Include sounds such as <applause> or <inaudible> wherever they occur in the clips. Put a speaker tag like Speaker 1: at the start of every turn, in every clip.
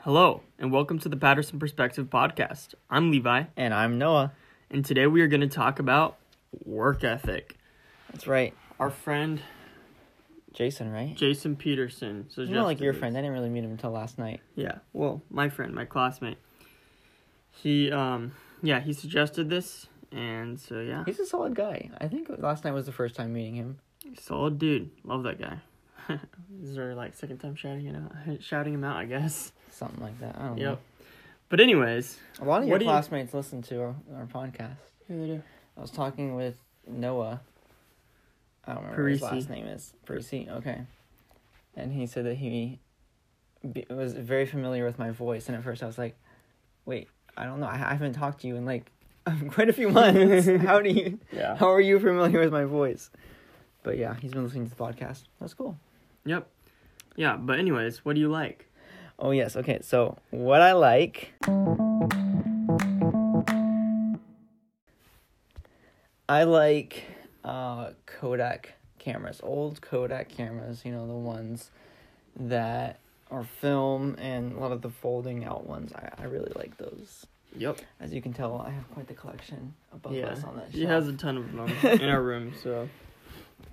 Speaker 1: Hello, and welcome to the Patterson Perspective Podcast. I'm Levi,
Speaker 2: And I'm Noah.
Speaker 1: and today we are going to talk about work ethic.
Speaker 2: That's right.
Speaker 1: Our friend
Speaker 2: Jason, right?
Speaker 1: Jason Peterson suggested.
Speaker 2: You're not like your
Speaker 1: this.
Speaker 2: friend. I didn't really meet him until last night.
Speaker 1: Yeah, well, my friend, my classmate. He, um, yeah, he suggested this, and so yeah,
Speaker 2: He's a solid guy. I think last night was the first time meeting him.
Speaker 1: solid dude. Love that guy. <laughs> this is our like second time shouting it out, <laughs> shouting him out, I guess.
Speaker 2: Something like that. I don't
Speaker 1: Yep. But anyways,
Speaker 2: know. A lot
Speaker 1: What
Speaker 2: of your
Speaker 1: do you-
Speaker 2: classmates listen to our, our podcast.
Speaker 1: yeah, they do.
Speaker 2: I was talking with Noah. I don't remember what his
Speaker 1: Parisi.
Speaker 2: last name is. Parisi. Okay. And he said that he be, was very familiar with my voice. And at first I was like, wait, I don't know. I, I haven't talked to you in like <laughs> quite a few
Speaker 1: <laughs>
Speaker 2: months. How do you.
Speaker 1: yeah.
Speaker 2: How are you familiar with my voice? But yeah, he's been listening to the podcast. That's cool.
Speaker 1: Yep. Yeah, but anyways, what do you like?
Speaker 2: Oh yes, okay. So what I like, I like uh, Kodak cameras, old Kodak cameras. You know the ones that are film and a lot of the folding out ones. I, I really like those.
Speaker 1: Yep.
Speaker 2: As you can tell, I have quite the collection above
Speaker 1: Yeah.
Speaker 2: us on that. Shelf.
Speaker 1: She has a ton of <laughs> them in our room, so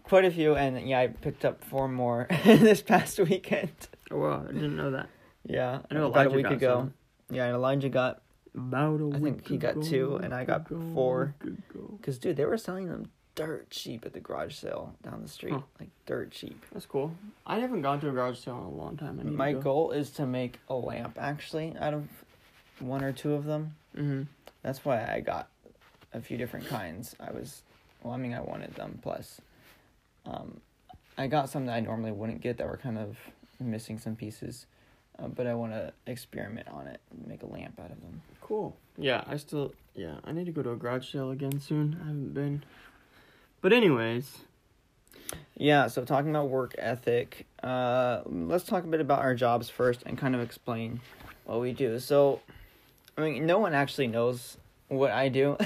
Speaker 2: quite a few, and yeah, I picked up four more <laughs> this past weekend.
Speaker 1: Oh wow, I didn't know that.
Speaker 2: Yeah,
Speaker 1: I know
Speaker 2: about
Speaker 1: Elijah
Speaker 2: a week
Speaker 1: got
Speaker 2: ago.
Speaker 1: some.
Speaker 2: Yeah, and Elijah got
Speaker 1: About a
Speaker 2: I think
Speaker 1: week
Speaker 2: he got
Speaker 1: ago,
Speaker 2: two, and I got
Speaker 1: ago,
Speaker 2: four.
Speaker 1: week ago.
Speaker 2: because dude, they were selling them dirt cheap at the garage sale down the street,
Speaker 1: Huh.
Speaker 2: like dirt cheap.
Speaker 1: That's cool. I haven't gone to a garage sale in a long time. I need
Speaker 2: My
Speaker 1: to go.
Speaker 2: goal is to make a lamp actually out of one or two of them.
Speaker 1: Mm-hmm.
Speaker 2: That's why I got a few different kinds. I was, well, I mean, I wanted them. Plus, um, I got some that I normally wouldn't get that were kind of missing some pieces, uh, but I want to experiment on it, and make a lamp out of them.
Speaker 1: Cool. Yeah, I still. Yeah, I need to go to a garage sale again soon. I haven't been. But anyways,
Speaker 2: Yeah, so talking about work ethic, uh, let's talk a bit about our jobs first and kind of explain what we do. So, I mean, no one actually knows what I do.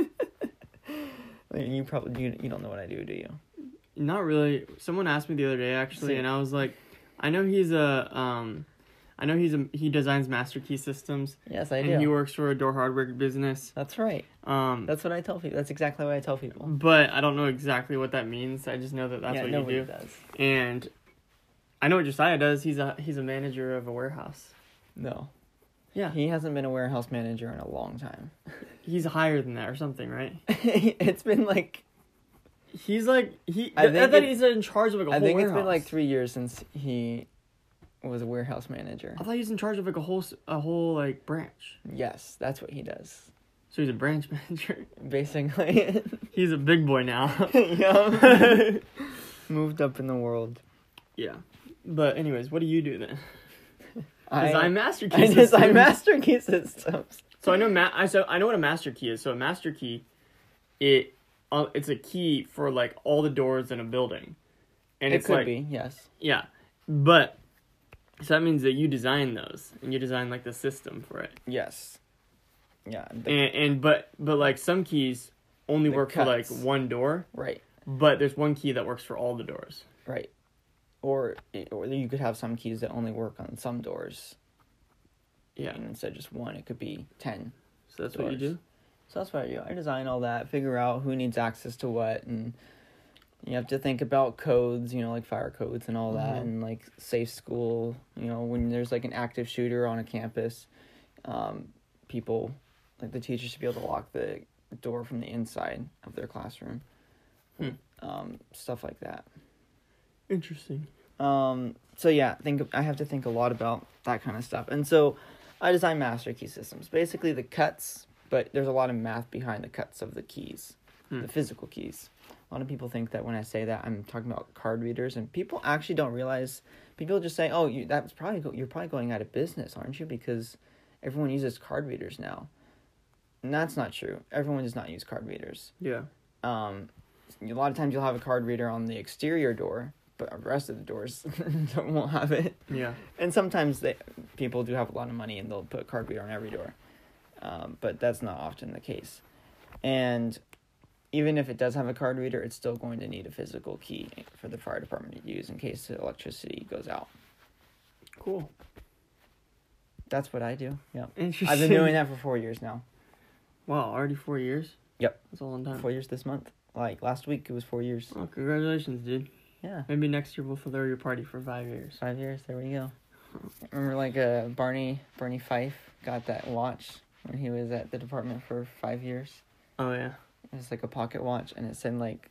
Speaker 2: <laughs> I mean, you probably you, you don't know what I do, do you?
Speaker 1: not really. Someone asked me the other day actually,
Speaker 2: See.
Speaker 1: and I was like, I know he's a um, I know he's a he designs master key systems,
Speaker 2: Yes, I do.
Speaker 1: and he works for a door hardware business.
Speaker 2: That's right.
Speaker 1: Um,
Speaker 2: That's what I tell people. That's exactly what I tell people.
Speaker 1: but I don't know exactly what that means. I just know that that's
Speaker 2: yeah,
Speaker 1: what you
Speaker 2: nobody
Speaker 1: do.
Speaker 2: does.
Speaker 1: And I know what Josiah does. He's a he's a manager of a warehouse.
Speaker 2: No.
Speaker 1: Yeah.
Speaker 2: He hasn't been a warehouse manager in a long time.
Speaker 1: He's higher than that or something, right?
Speaker 2: <laughs> it's been like
Speaker 1: He's like he.
Speaker 2: I
Speaker 1: I,
Speaker 2: think
Speaker 1: thought
Speaker 2: it-
Speaker 1: he's in charge of like a
Speaker 2: I
Speaker 1: whole
Speaker 2: think
Speaker 1: warehouse.
Speaker 2: it's been like three years since he was a warehouse manager.
Speaker 1: I thought he's in charge of like a whole s- a whole like branch.
Speaker 2: Yes, that's what he does.
Speaker 1: So he's a branch <laughs> manager.
Speaker 2: Basically. <laughs>
Speaker 1: He's a big boy now.
Speaker 2: yeah. Moved up in the world.
Speaker 1: <laughs> yeah. But anyways, what do you do then?
Speaker 2: I,
Speaker 1: Design master
Speaker 2: I
Speaker 1: key.
Speaker 2: design
Speaker 1: systems. <laughs>
Speaker 2: master key systems.
Speaker 1: So I know ma- I so I know what a master key is. So a master key, it uh, it's a key for like all the doors in a building, and
Speaker 2: It
Speaker 1: it's
Speaker 2: could
Speaker 1: like
Speaker 2: be, yes.
Speaker 1: yeah, but so that means that you design those and you design like the system for it,
Speaker 2: Yes. Yeah. the-
Speaker 1: and and but but like some keys only
Speaker 2: The
Speaker 1: work
Speaker 2: cuts.
Speaker 1: for like one door,
Speaker 2: right.
Speaker 1: but there's one key that works for all the doors.
Speaker 2: Right. Or or you could have some keys that only work on some doors,
Speaker 1: Yeah,
Speaker 2: and instead of just one, it could be ten.
Speaker 1: so that's what you
Speaker 2: Doors.
Speaker 1: do.
Speaker 2: So that's what I do. I design all that, figure out who needs access to what, and you have to think about codes, you know, like fire codes and all that,
Speaker 1: Mhm.
Speaker 2: and like safe school. You know, when there's like an active shooter on a campus, um, people, like the teachers, should be able to lock the door from the inside of their classroom.
Speaker 1: Hmm.
Speaker 2: Um, stuff like that.
Speaker 1: Interesting.
Speaker 2: Um, so yeah, think I have to think a lot about that kind of stuff. And so I design master key systems, basically the cuts, but there's a lot of math behind the cuts of the keys,
Speaker 1: Hmm.
Speaker 2: the physical keys. A lot of people think that when I say that, I'm talking about card readers, and people actually don't realize. People just say, "Oh, you, that's probably go- you're probably going out of business, aren't you?" Because everyone uses card readers now, and that's not true. Everyone does not use card readers
Speaker 1: Yeah.
Speaker 2: um, a lot of times you'll have a card reader on the exterior door, but the rest of the doors <laughs> don't- won't have it.
Speaker 1: Yeah.
Speaker 2: And sometimes they, people do have a lot of money and they'll put a card reader on every door, um, but that's not often the case. And even if it does have a card reader, it's still going to need a physical key for the fire department to use in case the electricity goes out.
Speaker 1: Cool.
Speaker 2: That's what I do. Yeah.
Speaker 1: Interesting.
Speaker 2: I've been doing that for four years now.
Speaker 1: <laughs> Wow, already four years.
Speaker 2: Yep.
Speaker 1: That's a long time.
Speaker 2: Four years this month. Like last week, it was four years.
Speaker 1: Well, congratulations, dude.
Speaker 2: Yeah.
Speaker 1: Maybe next year we'll throw your party for five years.
Speaker 2: Five years. There we go. Remember, like uh, Barney Barney Fife got that watch when he was at the department for five years.
Speaker 1: Oh yeah.
Speaker 2: It was like a pocket watch, and it said like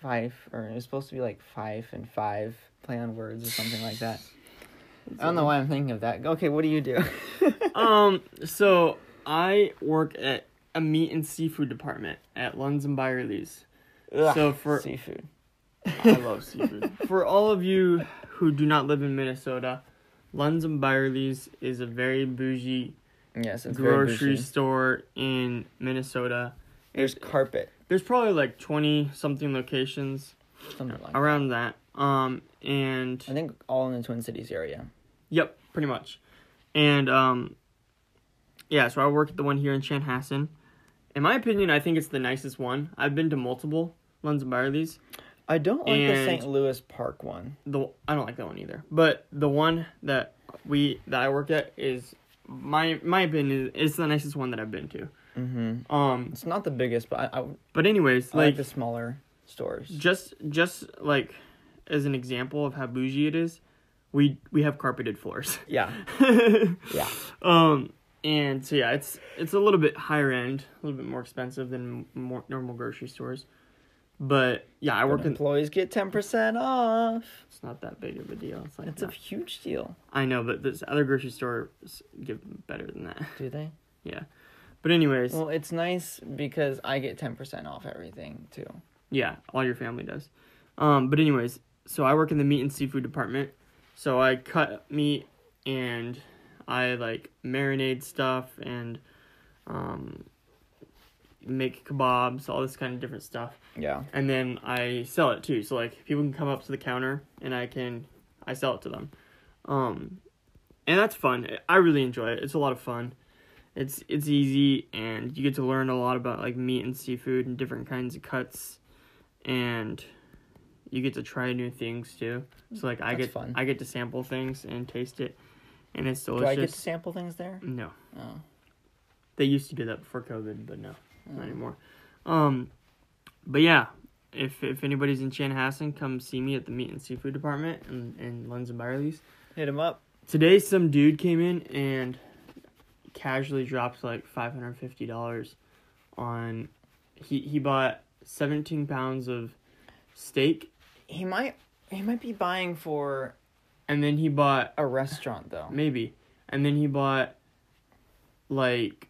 Speaker 2: five, or it was supposed to be like five and five, play on words or something like that. I don't know why I'm thinking of that. Okay, what do <laughs> you do?
Speaker 1: <laughs> um. So I work at a meat and seafood department at Lunds and Byerly's. So for-
Speaker 2: seafood,
Speaker 1: I love
Speaker 2: <laughs>
Speaker 1: seafood. For all of you who do not live in Minnesota, Lunds and Byerly's is a very bougie
Speaker 2: yes, it's very
Speaker 1: grocery
Speaker 2: bougie.
Speaker 1: store in Minnesota.
Speaker 2: There's carpet,
Speaker 1: There's probably like twenty something locations
Speaker 2: something like.
Speaker 1: around that. Um and
Speaker 2: I think all in the Twin Cities area.
Speaker 1: Yep, pretty much. And um yeah, so I work at the one here in Chanhassen. In my opinion, I think it's the nicest one. I've been to multiple Lunds and Byerly's.
Speaker 2: I don't like the
Speaker 1: And-
Speaker 2: St. Louis Park one.
Speaker 1: The I don't like that one either. But the one that we that I work at is my my opinion is it's the nicest one that I've been to.
Speaker 2: Mm-hmm.
Speaker 1: Um
Speaker 2: It's not the biggest, but I, I, I like,
Speaker 1: but anyways, like
Speaker 2: the smaller stores.
Speaker 1: just just like as an example of how bougie it is, we we have carpeted floors. <laughs>
Speaker 2: yeah, yeah.
Speaker 1: Um, and so yeah, it's it's a little bit higher end, a little bit more expensive than more normal grocery stores. But yeah, I work
Speaker 2: But
Speaker 1: in.
Speaker 2: employees get ten percent off.
Speaker 1: It's not that big of a deal. It's like
Speaker 2: It's a
Speaker 1: not-
Speaker 2: huge deal.
Speaker 1: I know, but this other grocery store give better than that. <laughs>
Speaker 2: Do they?
Speaker 1: Yeah, but anyways,
Speaker 2: Well, it's nice because I get ten percent off everything too.
Speaker 1: yeah, all your family does. Um, but anyways, so I work in the meat and seafood department. So I cut meat and I like marinade stuff and um, make kebabs, all this kind of different stuff.
Speaker 2: Yeah.
Speaker 1: and then I sell it too. So like people can come up to the counter and I can I sell it to them. Um and that's fun. I really enjoy it. It's a lot of fun. It's it's easy and you get to learn a lot about like meat and seafood and different kinds of cuts and you get to try new things too. So like I
Speaker 2: That's
Speaker 1: get
Speaker 2: fun.
Speaker 1: I get to sample things and taste it and it's
Speaker 2: Do I get to
Speaker 1: delicious.
Speaker 2: sample things there?
Speaker 1: no.
Speaker 2: Oh.
Speaker 1: They used to do that before COVID, but no, not anymore. Um, but yeah, if if anybody's in Chanhassen, come see me at the meat and seafood department in, in Lunds and Byerly's.
Speaker 2: Hit him up.
Speaker 1: Today, some dude came in and casually dropped like five hundred fifty dollars on. He he bought seventeen pounds of steak,
Speaker 2: He might. He might be buying for
Speaker 1: and then he bought
Speaker 2: a restaurant though.
Speaker 1: maybe, and then he bought like,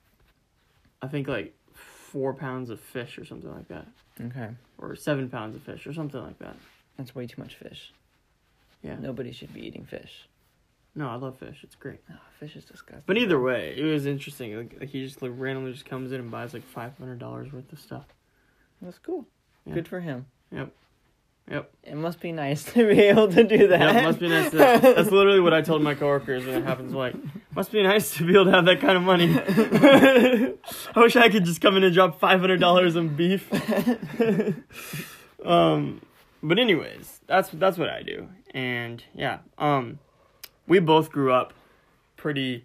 Speaker 1: I think like four pounds of fish or something like that.
Speaker 2: Okay.
Speaker 1: or seven pounds of fish or something like that.
Speaker 2: That's way too much fish.
Speaker 1: Yeah.
Speaker 2: Nobody should be eating fish.
Speaker 1: No, I love fish. It's great.
Speaker 2: Ah, fish is disgusting.
Speaker 1: But either way, it was interesting. Like, like he just like randomly just comes in and buys like five hundred dollars worth of stuff.
Speaker 2: That's cool.
Speaker 1: Yeah.
Speaker 2: Good for him.
Speaker 1: Yep. Yep.
Speaker 2: It must be nice to be able to do that.
Speaker 1: Yeah, must be nice. To, that's literally what I told my coworkers when it happens. Like, must be nice to be able to have that kind of money. <laughs> I wish I could just come in and drop five hundred dollars on beef. <laughs> um, but anyways, that's that's what I do, and yeah, um, we both grew up pretty,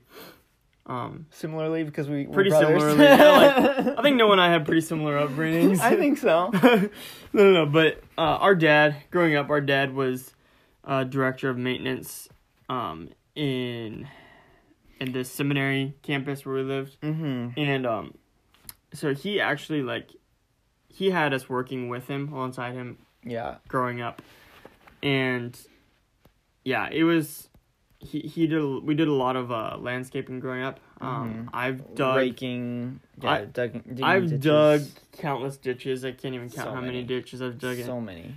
Speaker 1: um,
Speaker 2: <laughs> similarly, because we we're
Speaker 1: pretty
Speaker 2: brothers.
Speaker 1: similarly. Yeah,
Speaker 2: <laughs>
Speaker 1: like, I think Noah and I have pretty similar upbringings.
Speaker 2: I think so.
Speaker 1: <laughs> no, no, no. But uh, our dad, growing up, our dad was uh, director of maintenance um, in in the seminary campus where we lived,
Speaker 2: Mm-hmm.
Speaker 1: and um, so he actually like he had us working with him alongside him
Speaker 2: Yeah.
Speaker 1: growing up, and yeah, it was. He, he did a- we did a lot of uh, landscaping growing up. Um, I've dug
Speaker 2: Raking. Yeah,
Speaker 1: I-
Speaker 2: dug, digging
Speaker 1: I've
Speaker 2: Mm-hmm. ditches.
Speaker 1: dug countless ditches. I can't even count
Speaker 2: So
Speaker 1: how many.
Speaker 2: many.
Speaker 1: ditches I've dug in.
Speaker 2: so many.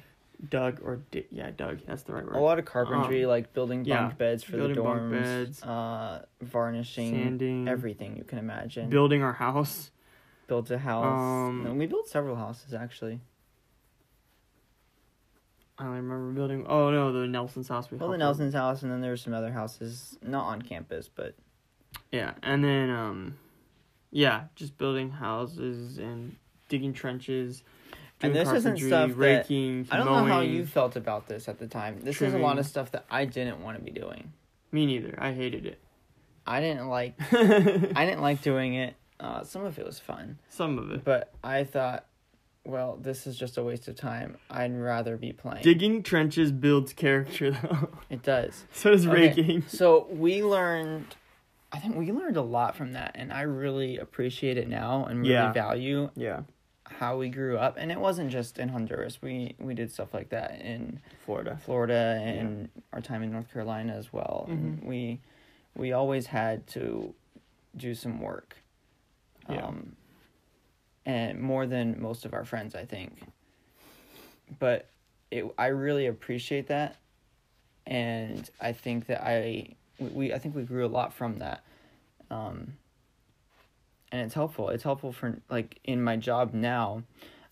Speaker 1: Doug or Di- yeah, Doug. That's the right word.
Speaker 2: A lot of carpentry,
Speaker 1: Um,
Speaker 2: like building bunk
Speaker 1: yeah,
Speaker 2: beds for the
Speaker 1: building
Speaker 2: dorms,
Speaker 1: bunk beds,
Speaker 2: uh, varnishing,
Speaker 1: sanding,
Speaker 2: everything you can imagine.
Speaker 1: building our house.
Speaker 2: built a house.
Speaker 1: Um,
Speaker 2: No, we built several houses actually.
Speaker 1: I don't remember building. Oh no, the Nelson's house. We
Speaker 2: Well, Oh, the
Speaker 1: helped with.
Speaker 2: Nelson's house, and then there were some other houses, not on campus, but
Speaker 1: Yeah, and then um, yeah, just building houses and digging trenches.
Speaker 2: And
Speaker 1: doing
Speaker 2: this isn't
Speaker 1: carpentry,
Speaker 2: stuff that-
Speaker 1: raking,
Speaker 2: I don't know how
Speaker 1: mowing.
Speaker 2: you felt about this at the time. This is a lot
Speaker 1: Trimming.
Speaker 2: of stuff that I didn't want to be doing. <laughs>
Speaker 1: Me neither. I hated it. <laughs>
Speaker 2: I didn't like I didn't like doing it. Uh, some of it was fun,
Speaker 1: Some of it.
Speaker 2: but I thought, well, this is just a waste of time. I'd rather be playing.
Speaker 1: Digging trenches builds character, though. <laughs>
Speaker 2: it does.
Speaker 1: so does
Speaker 2: Okay,
Speaker 1: raking.
Speaker 2: So we learned, I think we learned a lot from that, and I really appreciate it now and really
Speaker 1: Yeah.
Speaker 2: value
Speaker 1: Yeah,
Speaker 2: how we grew up. And it wasn't just in Honduras. We we did stuff like that in
Speaker 1: Florida.
Speaker 2: Florida and our time in North Carolina as well. And we we always had to do some work.
Speaker 1: Yeah.
Speaker 2: Um, and more than most of our friends, I think. But it, I really appreciate that, and I think that I we, we I think we grew a lot from that. Um, and it's helpful. It's helpful for like in my job now,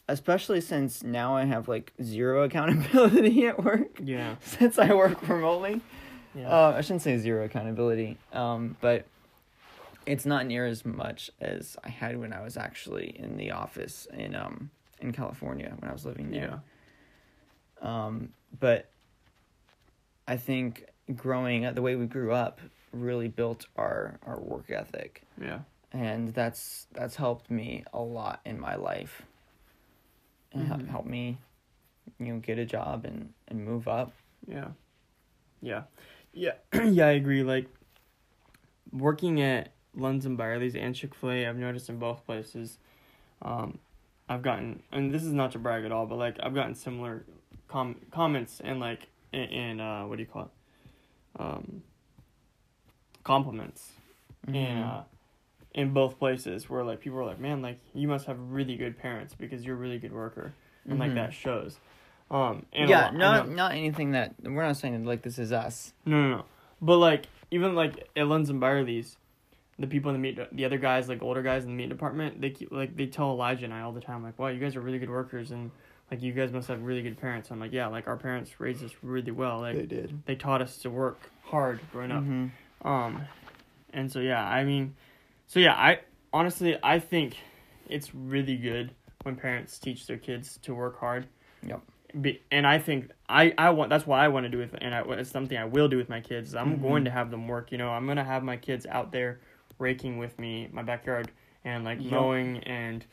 Speaker 2: especially since now I have like zero <laughs> accountability at work
Speaker 1: Yeah.
Speaker 2: <laughs> since I work remotely.
Speaker 1: Yeah.
Speaker 2: Uh, I shouldn't say zero accountability, um, but it's not near as much as I had when I was actually in the office in um in California when I was living there. Um, but I think growing up, the way we grew up really built our our work ethic
Speaker 1: Yeah.
Speaker 2: and that's that's helped me a lot in my life and hel-
Speaker 1: Mhm.
Speaker 2: helped me you know get a job and and move up
Speaker 1: Yeah. Yeah. Yeah. <clears throat> yeah, I agree. Like working at Lunds and Barley's and Chick fil A, I've noticed in both places, um, I've gotten and this is not to brag at all, but like I've gotten similar com- comments and like and, and uh what do you call it? Um compliments.
Speaker 2: Mm-hmm.
Speaker 1: And uh in both places where like people are like, Man, like you must have really good parents because you're a really good worker and like
Speaker 2: Mhm.
Speaker 1: that shows. Um and a
Speaker 2: yeah
Speaker 1: lot- I
Speaker 2: not
Speaker 1: know-
Speaker 2: not anything that we're not saying that, like this is us
Speaker 1: no, no, no. But like even like at Lunds and Barley's, the people in the meat, the other guys, like older guys in the meat department, they keep like they tell Elijah and I all the time, like, "Wow, you guys are really good workers, and like you guys must have really good parents." I'm like, "Yeah, like our parents raised us really well. Like they,
Speaker 2: did
Speaker 1: taught us to work hard growing up."
Speaker 2: hmm
Speaker 1: Um, and so yeah, I mean, so yeah, I honestly I think it's really good when parents teach their kids to work hard.
Speaker 2: Yep.
Speaker 1: Be, and I think I I want that's what I want to do with and I, it's something I will do with my kids. is I'm
Speaker 2: Mhm.
Speaker 1: going to have them work. You know, I'm gonna have my kids out there raking with me my backyard and like
Speaker 2: Yep.
Speaker 1: mowing and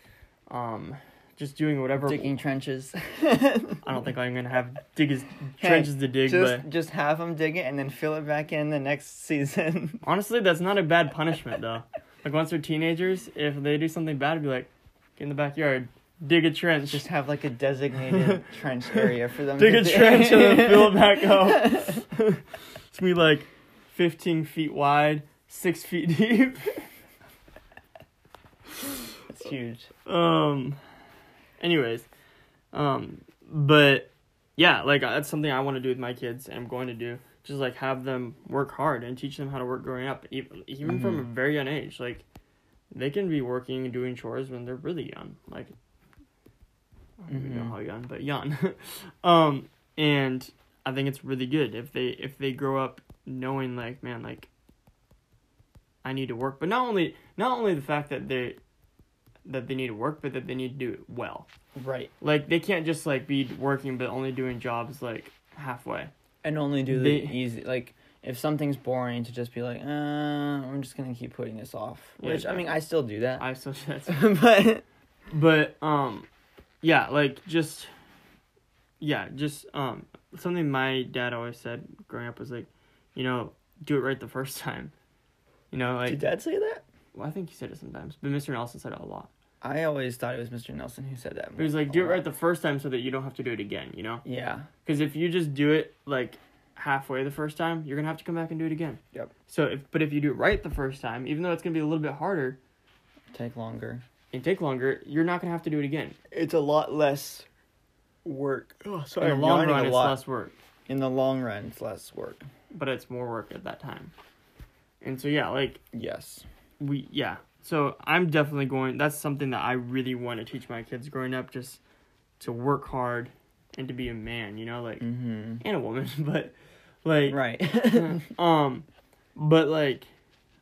Speaker 1: um just doing whatever.
Speaker 2: digging trenches
Speaker 1: I don't think I'm gonna have dig
Speaker 2: <laughs>
Speaker 1: his trenches to dig,
Speaker 2: just
Speaker 1: but
Speaker 2: just have them dig it and then fill it back in the next <laughs> season
Speaker 1: <laughs> Honestly, that's not a bad punishment though. like once they're teenagers, if they do something bad, I'd be like, get in the backyard, dig a trench,
Speaker 2: just have like a designated trench area for
Speaker 1: <laughs>
Speaker 2: them
Speaker 1: dig
Speaker 2: to
Speaker 1: a
Speaker 2: dig.
Speaker 1: trench and then
Speaker 2: <laughs>
Speaker 1: fill it back up. it's gonna be like fifteen feet wide, six feet deep. <laughs>
Speaker 2: it's huge
Speaker 1: Um. Anyways, um, but yeah, like that's something I want to do with my kids. and I'm going to do just like have them work hard and teach them how to work growing up, even even from a very young age. Like they can be working and doing chores when they're really young. Like I don't even know
Speaker 2: Mhm.
Speaker 1: how young, but young. <laughs> um, and I think it's really good if they if they grow up knowing like man like I need to work, but not only not only the fact that they that they need to work, but that they need to do it well.
Speaker 2: right
Speaker 1: Like they can't just like be working but only doing jobs like halfway.
Speaker 2: and only do
Speaker 1: They-
Speaker 2: the easy like if something's boring to just be like uh i'm just gonna keep putting this off
Speaker 1: Yeah,
Speaker 2: which i mean i still do that
Speaker 1: I <laughs> so that's
Speaker 2: <laughs> but
Speaker 1: but um yeah, like just yeah, just um something my dad always said growing up was like, you know, do it right the first <laughs> time. You know,
Speaker 2: did
Speaker 1: like
Speaker 2: dad say that
Speaker 1: well, I think he said it sometimes, but Mr. Nelson said it a lot.
Speaker 2: i always thought it was mr nelson who said that
Speaker 1: It was like
Speaker 2: a
Speaker 1: do it
Speaker 2: lot.
Speaker 1: right the first time so that you don't have to do it again, you know?
Speaker 2: yeah
Speaker 1: Because if you just do it like halfway the first time, you're gonna have to come back and do it again.
Speaker 2: Yep.
Speaker 1: So if but if you do it right the first time, even though it's gonna be a little bit harder
Speaker 2: take longer
Speaker 1: and take longer, you're not gonna have to do it again.
Speaker 2: it's a lot less work oh
Speaker 1: In the long run, it's less work,
Speaker 2: in the long run it's less work
Speaker 1: but it's more work at that time. And so yeah, like
Speaker 2: yes
Speaker 1: we yeah. So I'm definitely going. That's something that I really want to teach my kids growing up, just to work hard and to be a man. You know, like
Speaker 2: mm-hmm
Speaker 1: and a woman, <laughs> but like
Speaker 2: right
Speaker 1: <laughs> um, but like,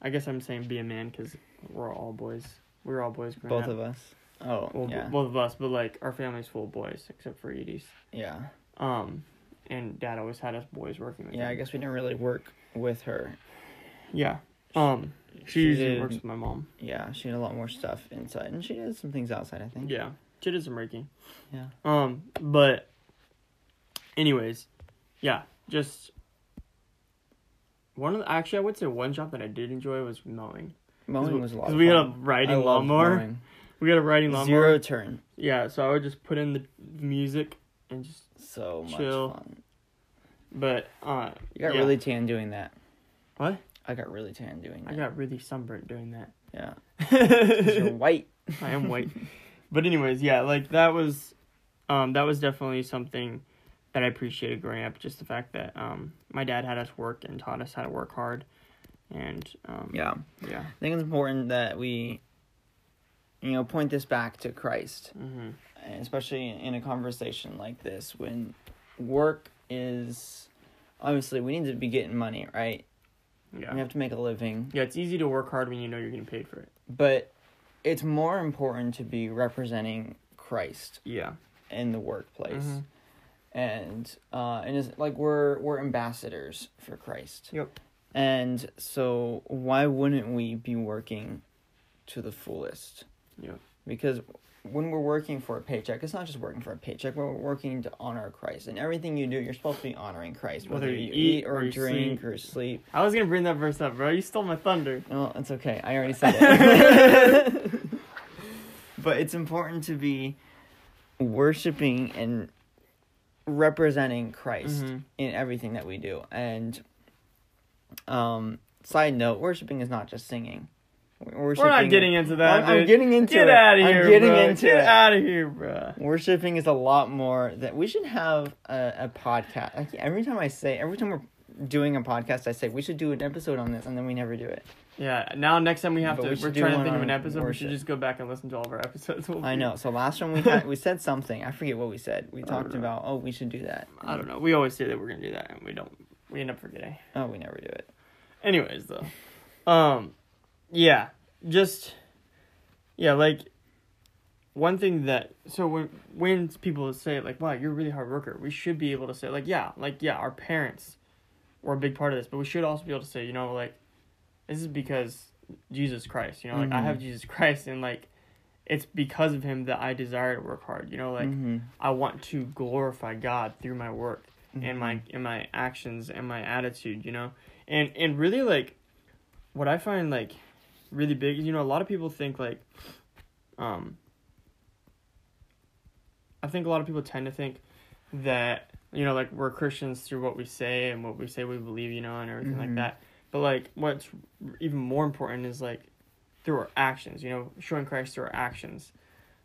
Speaker 1: I guess I'm saying be a man because we're all boys. We were all boys growing
Speaker 2: both
Speaker 1: up.
Speaker 2: of us oh
Speaker 1: well, b-
Speaker 2: yeah
Speaker 1: both of us, but like our family's full of boys except for Edie's.
Speaker 2: yeah
Speaker 1: Um, and Dad always had us boys working with
Speaker 2: yeah i
Speaker 1: him.
Speaker 2: guess we didn't really work with her
Speaker 1: Yeah, Um, she
Speaker 2: She
Speaker 1: usually
Speaker 2: did-
Speaker 1: works with my mom.
Speaker 2: Yeah, she did a lot more stuff inside, and she did some things outside. I think.
Speaker 1: Yeah, she did some Reiki.
Speaker 2: Yeah.
Speaker 1: Um, but, anyways, yeah, just one of the actually I would say one job that I did enjoy was mowing.
Speaker 2: Mowing was a lot.
Speaker 1: Because
Speaker 2: of
Speaker 1: we had a
Speaker 2: fun. I
Speaker 1: riding
Speaker 2: loved
Speaker 1: lawnmower.
Speaker 2: mowing.
Speaker 1: We had a riding lawnmower.
Speaker 2: Zero turn.
Speaker 1: Yeah, so I would just put in the music and just.
Speaker 2: So much
Speaker 1: Chill.
Speaker 2: fun.
Speaker 1: But uh,
Speaker 2: You got
Speaker 1: yeah.
Speaker 2: really tan doing that.
Speaker 1: What?
Speaker 2: I got really tan doing
Speaker 1: I
Speaker 2: that.
Speaker 1: got really sunburnt doing
Speaker 2: <laughs>
Speaker 1: that.
Speaker 2: Yeah.
Speaker 1: <laughs>
Speaker 2: 'Cause You're
Speaker 1: I
Speaker 2: white.
Speaker 1: am white. But anyways, yeah, like that was, um, that was definitely something that I appreciated growing up. Just the fact that um, my dad had us work and taught us how to work hard, and um,
Speaker 2: Yeah.
Speaker 1: yeah,
Speaker 2: I think it's important that we, you know, point this back to Christ,
Speaker 1: hmm
Speaker 2: and especially in a conversation like this when work is obviously we need to be getting money, right?
Speaker 1: yeah,
Speaker 2: We have to make a living,
Speaker 1: yeah. It's easy to work hard when you know you're getting paid for it.
Speaker 2: but it's more important to be representing Christ
Speaker 1: Yeah,
Speaker 2: in the workplace.
Speaker 1: Mhm.
Speaker 2: And uh and it's like we're we're ambassadors for Christ.
Speaker 1: Yep.
Speaker 2: And so why wouldn't we be working to the fullest?
Speaker 1: Yep.
Speaker 2: Because when we're working for a paycheck, it's not just working for a paycheck, we're working to honor Christ. And everything you do, you're supposed to be honoring Christ, whether, you eat or,
Speaker 1: you
Speaker 2: drink
Speaker 1: sleep.
Speaker 2: or sleep.
Speaker 1: I was gonna bring that verse up, bro. You stole my thunder.
Speaker 2: No, it's okay. I already said it.
Speaker 1: <laughs>
Speaker 2: but it's important to be worshiping and representing Christ
Speaker 1: Mhm.
Speaker 2: in everything that we do. And um side note, worshiping is not just singing. Worshiping,
Speaker 1: We're not getting into that.
Speaker 2: I'm, I'm
Speaker 1: dude.
Speaker 2: getting into
Speaker 1: Get
Speaker 2: it.
Speaker 1: out of here.
Speaker 2: I'm getting
Speaker 1: bro.
Speaker 2: into
Speaker 1: Get
Speaker 2: it.
Speaker 1: out of here, bro.
Speaker 2: Worshipping is a lot more that we should have a, a podcast. Like, every time I say, every time we're doing a podcast, I say we should do an episode on this, and then we never do it.
Speaker 1: Yeah. Now next time we have
Speaker 2: But
Speaker 1: to, we
Speaker 2: we should
Speaker 1: are
Speaker 2: do
Speaker 1: trying to
Speaker 2: one
Speaker 1: think of
Speaker 2: on
Speaker 1: an episode. We
Speaker 2: worship.
Speaker 1: should just go back and listen to all of our episodes. <laughs> We'll
Speaker 2: I
Speaker 1: be-
Speaker 2: know. So
Speaker 1: <laughs>
Speaker 2: last time we had, we said something. I forget what we said. We
Speaker 1: don't
Speaker 2: talked
Speaker 1: know.
Speaker 2: about oh we should do that.
Speaker 1: I don't know. We always say that we're gonna do that, and we don't. We end up forgetting.
Speaker 2: Oh we never do it.
Speaker 1: Anyways, though, um, yeah, just yeah, like one thing that so when when people say like, "Wow, you're a really hard worker," we should be able to say like, "Yeah, like yeah, our parents were a big part of this," but we should also be able to say, you know, like this is because Jesus Christ, you know, like I
Speaker 2: Mhm.
Speaker 1: have Jesus Christ, and like it's because of Him that I desire to work hard, you know, like
Speaker 2: Mhm.
Speaker 1: I want to glorify God through my work and my
Speaker 2: Mhm.
Speaker 1: and my actions and my attitude, you know? And and really like what I find like really big is you know, a lot of people think like um I think a lot of people tend to think that, you know, like we're Christians through what we say and what we say we believe, you know, and everything like
Speaker 2: Mhm.
Speaker 1: that. But like what's even more important is like through our actions, you know, showing Christ through our actions.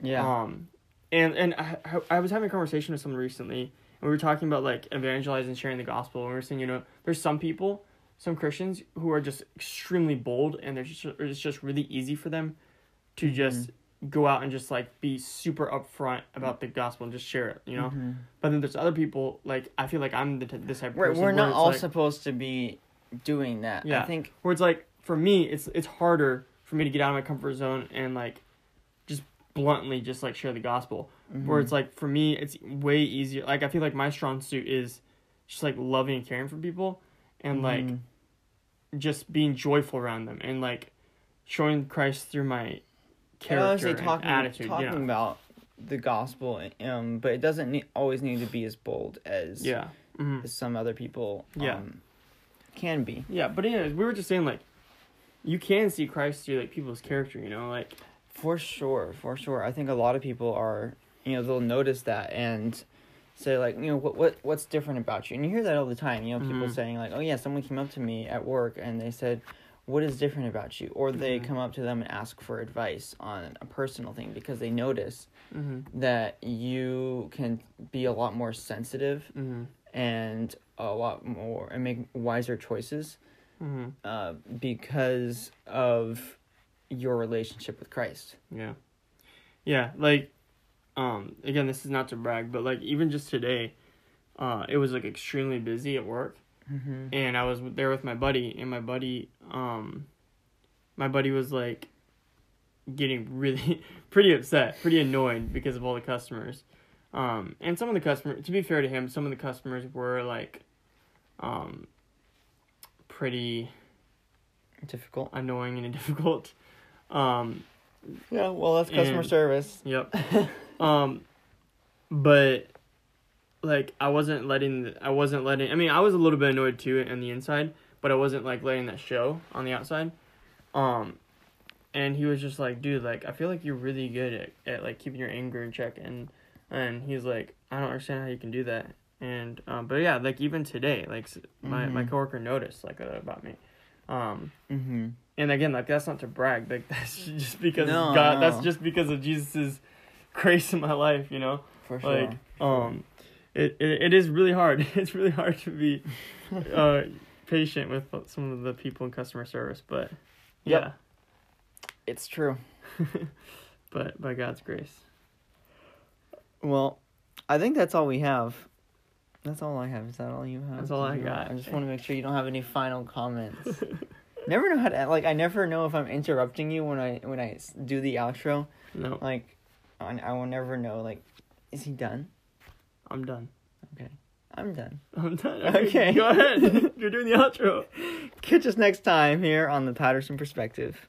Speaker 2: yeah
Speaker 1: Um, and and I, I was having a conversation with someone recently, and we were talking about like evangelizing, sharing the gospel. And we were saying, you know, there's some people, some Christians who are just extremely bold, and they're just, it's just really easy for them to
Speaker 2: Mm-hmm.
Speaker 1: just go out and just like be super upfront about the gospel and just share it, you know.
Speaker 2: Mhm.
Speaker 1: But then there's other people like I feel like I'm the t- this type of
Speaker 2: we're
Speaker 1: person
Speaker 2: we're
Speaker 1: where
Speaker 2: not
Speaker 1: it's
Speaker 2: all
Speaker 1: like-
Speaker 2: supposed to be doing that.
Speaker 1: Yeah.
Speaker 2: I think
Speaker 1: where it's like for me it's it's harder for me to get out of my comfort zone and like just bluntly just like share the gospel
Speaker 2: Mm-hmm.
Speaker 1: where it's like for me it's way easier like i feel like my strong suit is just like loving and caring for people and like
Speaker 2: Mhm.
Speaker 1: just being joyful around them and like showing christ through my
Speaker 2: And
Speaker 1: character and
Speaker 2: talking
Speaker 1: attitude
Speaker 2: talking
Speaker 1: yeah
Speaker 2: about the gospel, um, but it doesn't need, always need to be as bold as
Speaker 1: yeah hmm
Speaker 2: as some other people
Speaker 1: Yeah.
Speaker 2: um, can be.
Speaker 1: yeah but anyways we were just saying like you can see christ through like people's character you know like
Speaker 2: For sure, for sure. I think a lot of people are, you know, they'll notice that and say like, you know, what what what's different about you? And you hear that all the time. You know, people
Speaker 1: Mhm.
Speaker 2: saying like, oh yeah, someone came up to me at work and they said, what is different about you? Or they
Speaker 1: Mhm.
Speaker 2: come up to them and ask for advice on a personal thing because they notice
Speaker 1: hmm
Speaker 2: that you can be a lot more sensitive
Speaker 1: hmm
Speaker 2: and a lot more and make wiser choices
Speaker 1: hmm
Speaker 2: uh, because of your relationship with Christ.
Speaker 1: Yeah. Yeah, like um again this is not to brag, but like even just today, uh it was like extremely busy at work
Speaker 2: Mm-hmm.
Speaker 1: and I was there with my buddy and my buddy um my buddy was like getting really <laughs> pretty upset, pretty annoyed because of all the customers. Um and some of the customers to be fair to him, some of the customers were like um pretty
Speaker 2: difficult.
Speaker 1: annoying and <laughs> difficult. Um,
Speaker 2: Yeah, well, that's customer
Speaker 1: And-
Speaker 2: service.
Speaker 1: yep. um, but like I wasn't letting I wasn't letting I mean I was a little bit annoyed too on the inside, but I wasn't like letting that show on the outside. Um, and he was just like, dude, like I feel like you're really good at, at like keeping your anger in check, and and he's like, I don't understand how you can do that. And um, but yeah, like even today, like s- my my
Speaker 2: Mhm.
Speaker 1: coworker noticed like that about me. Um,
Speaker 2: Mm-hmm.
Speaker 1: and again like that's not to brag like <laughs> that's just because
Speaker 2: No,
Speaker 1: god
Speaker 2: no.
Speaker 1: that's just because of jesus's <laughs> grace in my life you know
Speaker 2: For sure.
Speaker 1: like um it, it it is really hard <laughs> it's really hard to be
Speaker 2: <laughs>
Speaker 1: uh patient with some of the people in customer service but yeah <laughs>
Speaker 2: Yep. it's true.
Speaker 1: but by god's
Speaker 2: <laughs>
Speaker 1: grace
Speaker 2: Well, I think that's all we have. That's all I have. Is that all you have?
Speaker 1: That's all I
Speaker 2: Did you-
Speaker 1: got.
Speaker 2: I just want to make sure you don't have any
Speaker 1: <laughs>
Speaker 2: final comments. never know how to like. I never know if I'm interrupting you when I when I s- do the outro.
Speaker 1: no
Speaker 2: Like, I, I will never know. Like, is he done?
Speaker 1: i'm done
Speaker 2: I'm done.
Speaker 1: i'm done Alright,
Speaker 2: Okay.
Speaker 1: <laughs> go
Speaker 2: <laughs>
Speaker 1: ahead you're doing the outro
Speaker 2: Catch us next time here on the Patterson Perspective.